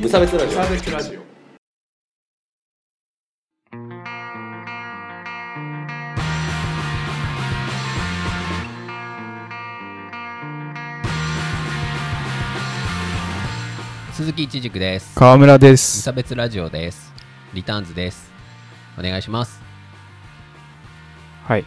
無差別ラジオサーベスラジオ鈴木一塾です。川村で無す。差別ラジオです。リターンズです。お願いします。はい。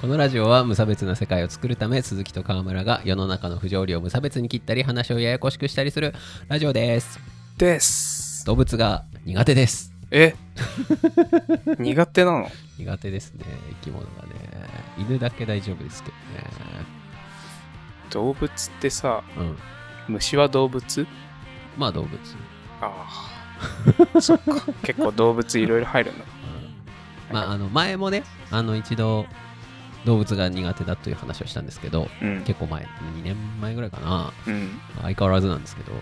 このラジオは無差別な世界を作るため、鈴木と川村が世の中の不条理を無差別に切ったり、話をややこしくしたりするラジオです。です。動物が苦手です。 え苦手なの苦手ですね、生き物がね。犬だけ大丈夫ですけど動物ってさ、ね。うん。虫は動物まあ動物。あ あ。そっか。結構動物いろいろ入るんだ。まああの前もね、あの一度動物が苦手だという話をしたんですけど、うん。結構前、2年前ぐらいかな。うん。相変わらずなんですけど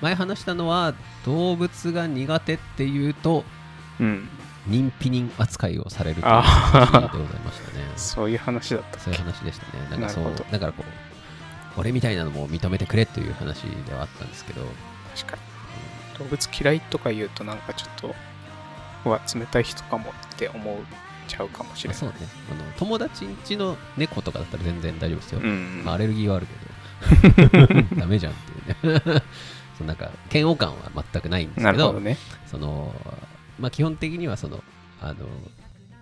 前話したのは動物が苦手っていうとうん。人否人扱いをされるというあ話でございましたねそういう話だった。そういう話でしたねなんかそうなるほどだからこう俺みたいなのも認めてくれという話ではあったんですけど確かに。動物嫌いとか言うとなんかちょっと、うわ、冷たい人かもって思っちゃうかもしあれない。そうねあの友達ん家の猫とかだったら全然大丈夫ですよ、うんまあ、アレルギーはあるけ どダメじゃんっていうね そうなんか嫌悪感は全くないんですなけるほどどね。そのまあ基本的にはそのあの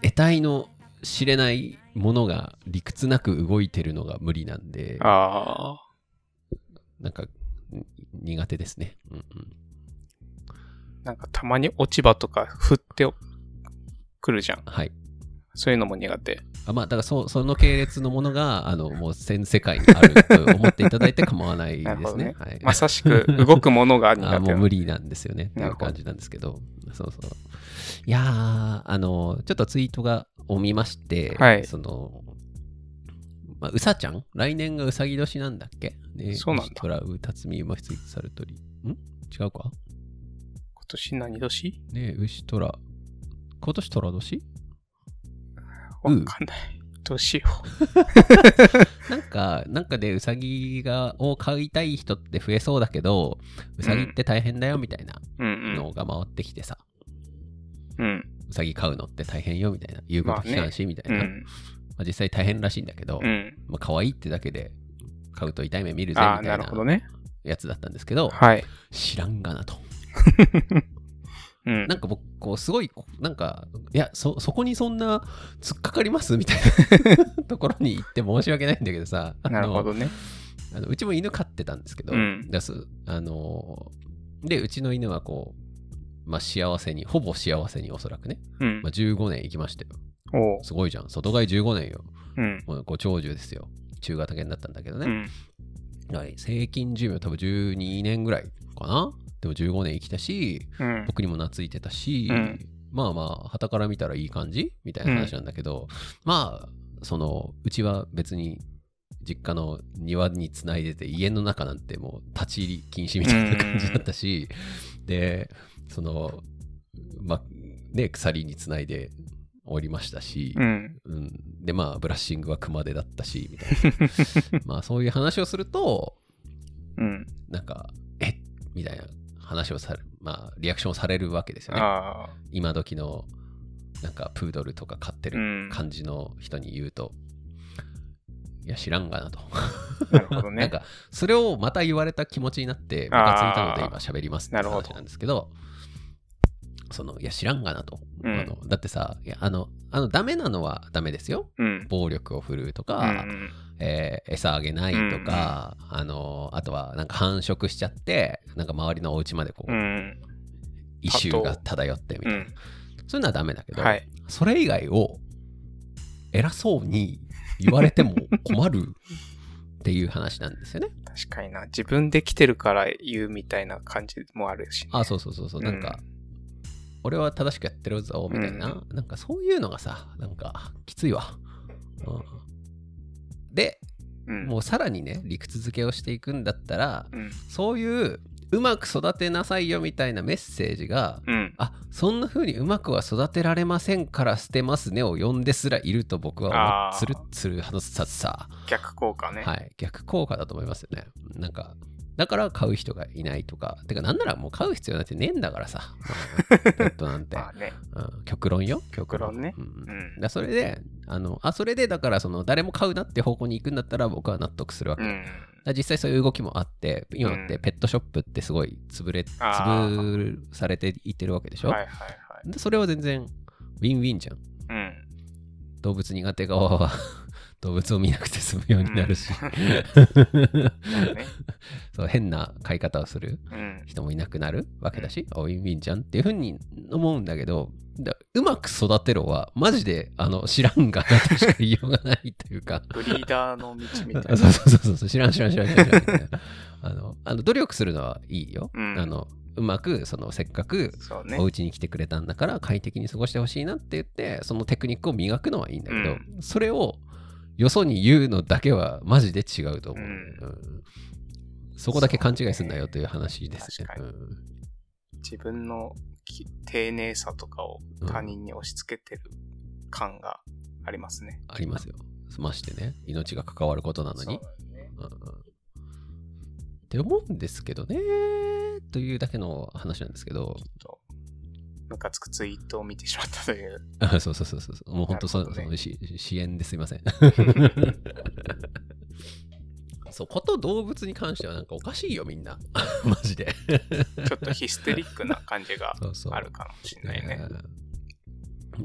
得体の知れないものが理屈なく動いてるのが無理なんでああ。なんかに苦手ですね、うんうん、なんかたまに落ち葉とか振ってくるじゃん。はいそういうのも苦手。あまあだからそその系列のものがあのもう全世界にあると思っていただいて構わないでなるほすどねねはい、まさしく動くものが 苦あも手うな無理なんですよねっていなるうほど感じなんですけどそうそういやーあのちょっとツイートがを見まして、はいそのまあ、うさちゃん来年がうさぎ年なんだっけねそうなんだトラウタツミウマヒツイツサルトリん違うか今年何年ねえ牛トラ今年トラ年わかんない。どうしよなんかなんかでうさぎがを飼いたい人って増えそうだけどうさぎって大変だよみたいなう。うんのが回ってきてさ、うん。うん。うさぎ飼うのって大変よみたいな言うこと聞かんしみたいうな、まん。あ、実際大変らしいんだけど、うん。まあ可愛いってだけで買うと痛い目見るぜああ、みたないるなほどね。やつだったんですけど、はい。知らんがなと。うんな。んか僕、こうすごい、なんか、いやそ、そこにそんな突っかかりますみたいな ところに行って申し訳ないんだけどさ、あのなるほどね。あのうちも犬飼ってたんですけど、うんだすあので、うちの犬はこう、まあ、幸せに、ほぼ幸せにおそらくね、うんまあ、。15年生きましたよ。おう。すごいじゃん。外外15年よ。うん。もうご長寿ですよ。中型犬だったんだけどね。うん。はい、平均寿命多分12年ぐらいかなでも15年生きたしうん。僕にも懐いてたし、うんまあまあ傍から見たらいい感じみたいな話なんだけど、まあそのうちは別に実家の庭につないでて家の中なんてもう立ち入り禁止みたいな感じだったし、でそのまあね鎖につないでおりましたし、うん。うん、でまあブラッシングは熊手だったしみたい なまあそういう話をするとうん。なんかえみたいな話をされまあリアクションをされるわけですよねああ。今時のなんかプードルとか飼ってうるん。感じの人に言うと、いや知らんがなと、なるほどなんね。かそれをまた言われた気持ちになってムあーカついたので今喋りますってなるほど話なんですけどそのいや知らんがなと、うんあのだってさいやあのあのダメなのはダメですようん。暴力を振るうとうか、ん。えー餌あげないとか、あのあとはなんか繁殖しちゃってなんか周りのお家までこう、うん。異臭が漂ってみたういな、ん。そういうのはダメだけど、はい。それ以外を偉そうに言われても困るっていう話なんです よね。確かにな。自分で来てるから言うみたいな感じもあるし。あそうそうそうそうなんか、俺は正しくやってるぞみたいな、なんかそういうのがさなんかきついわ。うんでうん。もうさらにね理屈付けをしていくんだったらうん。そういううまく育てなさいよみたいなメッセージが、うん。あそんな風にうまくは育てられませんから捨てますねを呼んですらいると僕はあー思うするする話ささ、逆効果ね。はい、逆効果だと思いますよねなんかだから買う人がいないとか、てかなんならもう買う必要なんてねえんだからさ、まあペットなん て。まあね。うん極論よ、極極論ねうんうだかん。らそれで、あのあそれでだからその誰も買うなって方向に行くんだったら僕は納得するわけ。うだかん。ら実際そういう動きもあって、今ってペットショップってすごい潰れ、あー潰されていってるわけでしょ、はいはいはい。でそれは全然ウィンウィンじゃん。うん。動物苦手側は 動物を見なくて済むようになるし、そうね。 そう変な飼い方をするうん。人もいなくなるわけだし、あウィンウィンじゃんっていうふうに思うんだけどだうまく育てろはマジであの知らんがなとしか言いようがないというかブリーダーの道 みたいそうな。そうそうそう知らん知らん知らん知らん知らんみたいなあのあの努力するのはいいよ、うんあのうまくそのせっかくそうおね。家に来てくれたんだから快適に過ごしてほしいなって言ってそのテクニックを磨くのはいいんだけど、うんそれをよそに言うのだけはマジで違うと思う、うんうんそこだけ勘違いすんなよという話ですね。そうねうん自分のき丁寧さとかを他人に押し付けてる感がありますね。ありますよ。ましてね、命が関わることなのそうに。だねうんうんって思うんですけどね、というだけの話なんですけど、 ちょっと、ムカつくツイートを見てしまった という。あそうそうそうそうそう、もう本当そ、なるほどねそのし支援ですいません。 そう、こと動物に関してはなんかおかしいよ、みんな。 マジで。ちょっとヒステリックな感じがそうそう。あるかもしれないね。うん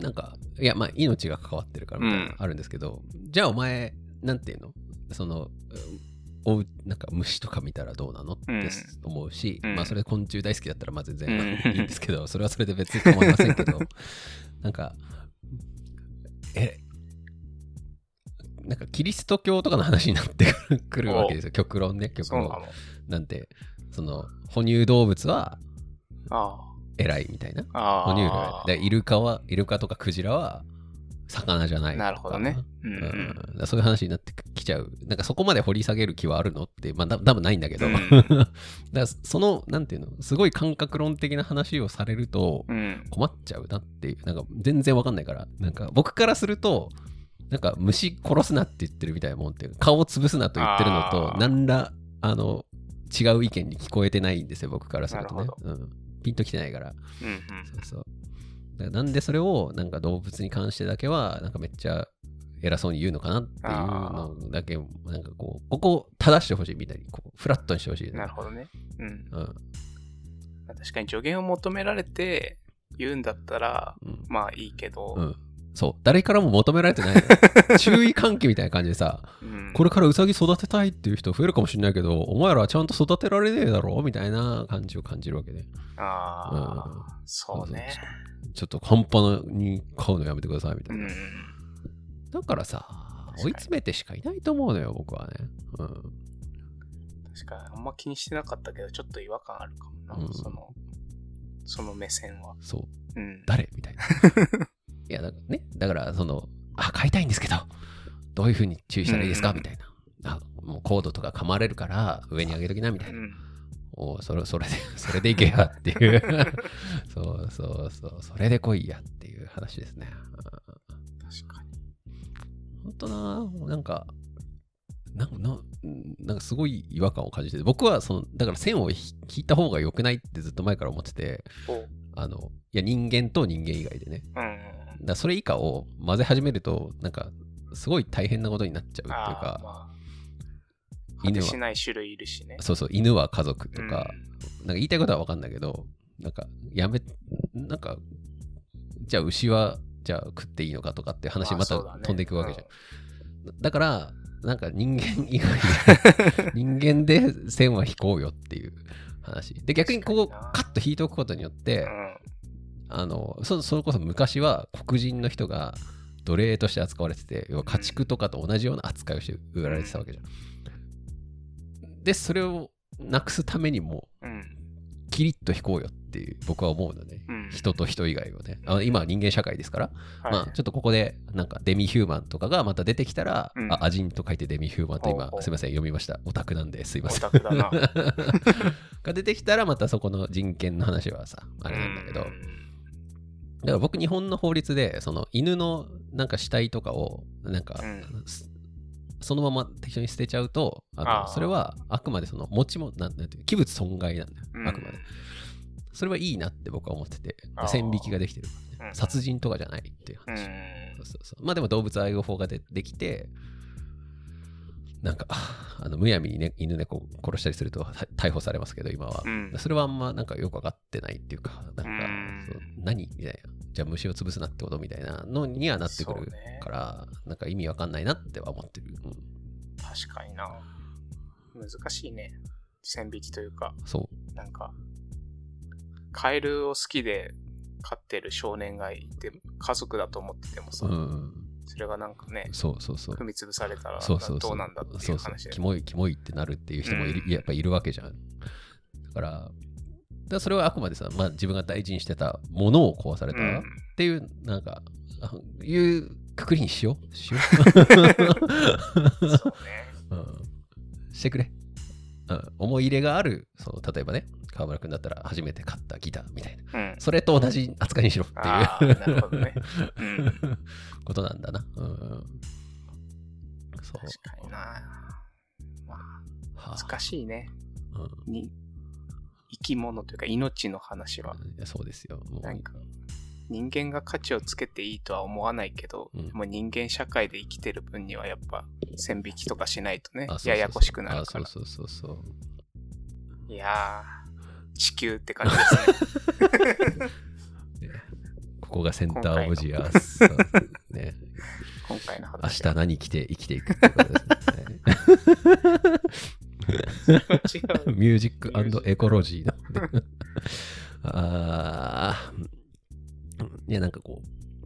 なんか、いや、まあ、命が関わってるからみたいなうんあるんですけど、じゃあお前、なんていうのその、うんおうなんか虫とか見たらどうなのっうんて思うし、うんまあそれ昆虫大好きだったらまあ全然うんいいんですけど、 それはそれで別に構いませんけ ど、なんか、え、なんかキリスト教とかの話になってくるわけですよ、極論ね、極そうな論。の。なんて、その、哺乳動物はあ偉いみたいな。あ。ああ。哺乳類はねでイルカはイルカとかクジラは魚じゃないとかなるほどね。うんううんうんん。だからそういう話になってきちゃうなんかそこまで掘り下げる気はあるのってまあだ多分ないんだけど、うん だからそのなんていうのすごい感覚論的な話をされるとうん。困っちゃうなっていうなんか全然わかんないからなんか僕からするとなんか虫殺すなって言ってるみたいなもんっていう顔を潰すなと言ってるのあとー何らあの違う意見に聞こえてないんですよ僕からするとなねるほ、うん、ピンときてないからうんうん。そうそう。だからなんでそれをなんか動物に関してだけはなんかめっちゃ偉そうに言うのかなっていうのだけなんかこうここを正してほしいみたいにこうフラットにしてほしいね、なるほどね。うん。うん確かに助言を求められて言うんだったら、うんまあいいけど、うん、そう誰からも求められてない の注意喚起みたいな感じでさうんこれからウサギ育てたいっていう人増えるかもしれないけどお前らはちゃんと育てられねえだろみたいな感じを感じるわけで、ああ、うそうね。ん、ちょっと半端に買うのやめてくださいみたういな、ん。だからさ確かに追い詰めてしかいないと思うのよ僕はね、うん、確かに、あんま気にしてなかったけど、ちょっと違和感あるかもな、うんその、その目線は。そう、 うん。誰みたい な。いや、だからね、だから、その、あ、買いたいんですけど、どういうふうに注意したらいいですかうんみたいな。あ、もうコードとか噛まれるから、上に上げときな、みたいうな。ん。おうそれ、それで、それでいけやっていう。 そうそうそう、それで来いやっていう話ですね。確かに。本当な、なんか、なんななんかすごい違和感を感じてて僕はそのだから線をひ引いた方が良くないってずっと前から思ってておうあのいや人間と人間以外でねうん。だからそれ以下を混ぜ始めるとなんかすごい大変なことになっちゃうっていうああ、か、まあ。果犬てはしない種類いるしね。そうそう犬は家族とうんか,、なんか言いたいことは分かんないけどなんかやめなんかじゃあ牛はじゃあ食っていいのかとかって話まあまたそうだね飛んでいくわけじゃん、うだからなんか人間以外 で人間で線は引こうよっていう話で逆にここを確かになカッと引いておくことによって、うん。あのそそれこそ昔は黒人の人が奴隷として扱われてて要は家畜とかと同じような扱いをして売られてたわけじゃん。でそれをなくすためにもうん。キリッと引こうよっていう僕は思うのね。うん。人と人以外をねあの今は人間社会ですから、はい、まあ、ちょっとここでなんかデミヒューマンとかがまた出てきたら、うんあアジンと書いてデミヒューマンと今ほうほうすいません読みましたオタク なんですいませんオタクだなが出てきたらまたそこの人権の話はさあれなんだけど、うんだから僕日本の法律でその犬のなんか死体とかをなんか、うんすそのまま適当に捨てちゃうと、ああーとそれはあくまでその持ちも、なんなんていう器物損害なんだよ、あくまで。それはいいなって僕は思っててあー、線引きができてるからねうん殺人とかじゃないっていううん。話。そうそうそうまあでも動物愛護法がでできて、なんか、ああのむやみに、ね、犬猫を殺したりするとた逮捕されますけど、今はう。ん。それはあんまなんかよく分かってないっていうか、なんかうん、そう何みたいな。じゃあ虫を潰すなってことみたいなのにはなってくそうるねから、なんか意味わかんないなっては思ってる。うん確かにな。難しいね。線引きというか、そう。なんか、カエルを好きで飼ってる少年がいて、家族だと思っててもさ、うん。それがなんかね、そうそうそう踏。み潰されたらそうそうそう。どうなんだっていそううそう話で。キモい、キモいってなるっていう人もいる、うんやっぱいるわけじゃん。だから、だからそれはあくまでさ、まあ、自分が大事にしてたものを壊されたうんっ。ていう、なんか、あいうくくりにしよう。しよう。そうね。うんしてくれ、うん、思い入れがあるその例えばね川村君だったら初めて買ったギターみたいなうん。それと同じ扱いにしろってああ、いなうるほどね。うん。確ことなんだな、うん、そうかにな。まはああ、難しいね。うんに生き物というか命の話は、いやそうですよもうなんか人間が価値をつけていいとは思わないけど、うんでも人間社会で生きてる分にはやっぱ線引きとかしないとねあそうそうそうややこしくなるからあそうそうそうそういやー地球って感じですねここがセンターオブジア ス、ね、今回の明話日何着て生きていくってこと ですね 違うミュージックエコロジーの。ああ。いや、なんかこ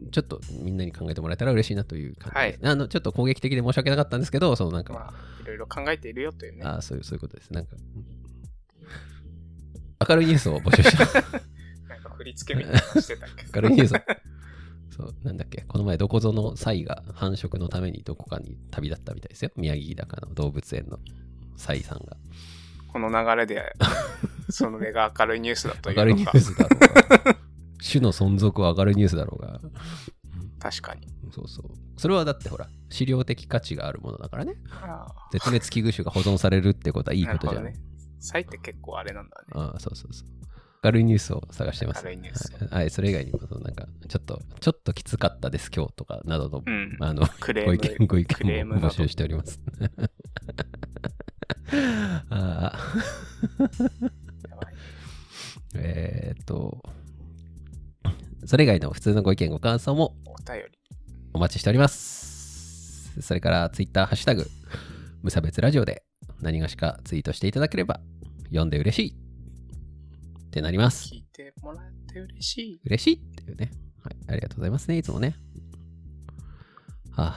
う、ちょっとみんなに考えてもらえたら嬉しいなという感じです、あのちょっと攻撃的で申し訳なかったんですけど、そのなんか、まあいろいろ考えているよというねあーそういうそういうことです。なんか、明るいニュースを募集した。なんか振り付けみたいなのしてたけ 明どるいニュースを。そうなんだっけこの前、どこぞのサイが繁殖のためにどこかに旅立ったみたいですよ。宮城だかの動物園のサイさんが。この流れでその目が明るいニュースだとい明るいうのニュがースだろう が種の存続は明るいニュースだろうが確かにそうそうそれはだってほら資料的価値があるものだからねあ絶滅危惧種が保存されるってことはーいいことじゃん、なるほどねサイって結構あれなんだねああそうそうそう明るいニュースを探してます明るいニュースはいはい、それ以外にもそのなんかちょっとちょっときつかったです今日とかなどの、うんあのクレご意ー見ムご意クレ見ームもな募ど集しております ああやばいえーっと、それ以外の普通のご意見、ご感想もお便りお待ちしております。それから、ツイッター、ハッシュタグ、無差別ラジオで何がしかツイートしていただければ、読んで嬉しいってなります。聞いてもらって嬉しい。嬉しいっていうね。はい、ありがとうございますね、いつもね。は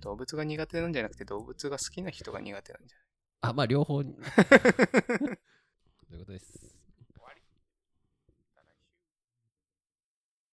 動物が苦手なんじゃなくて動物が好きな人が苦手なんじゃないあ、あまあ、両方に。ということです。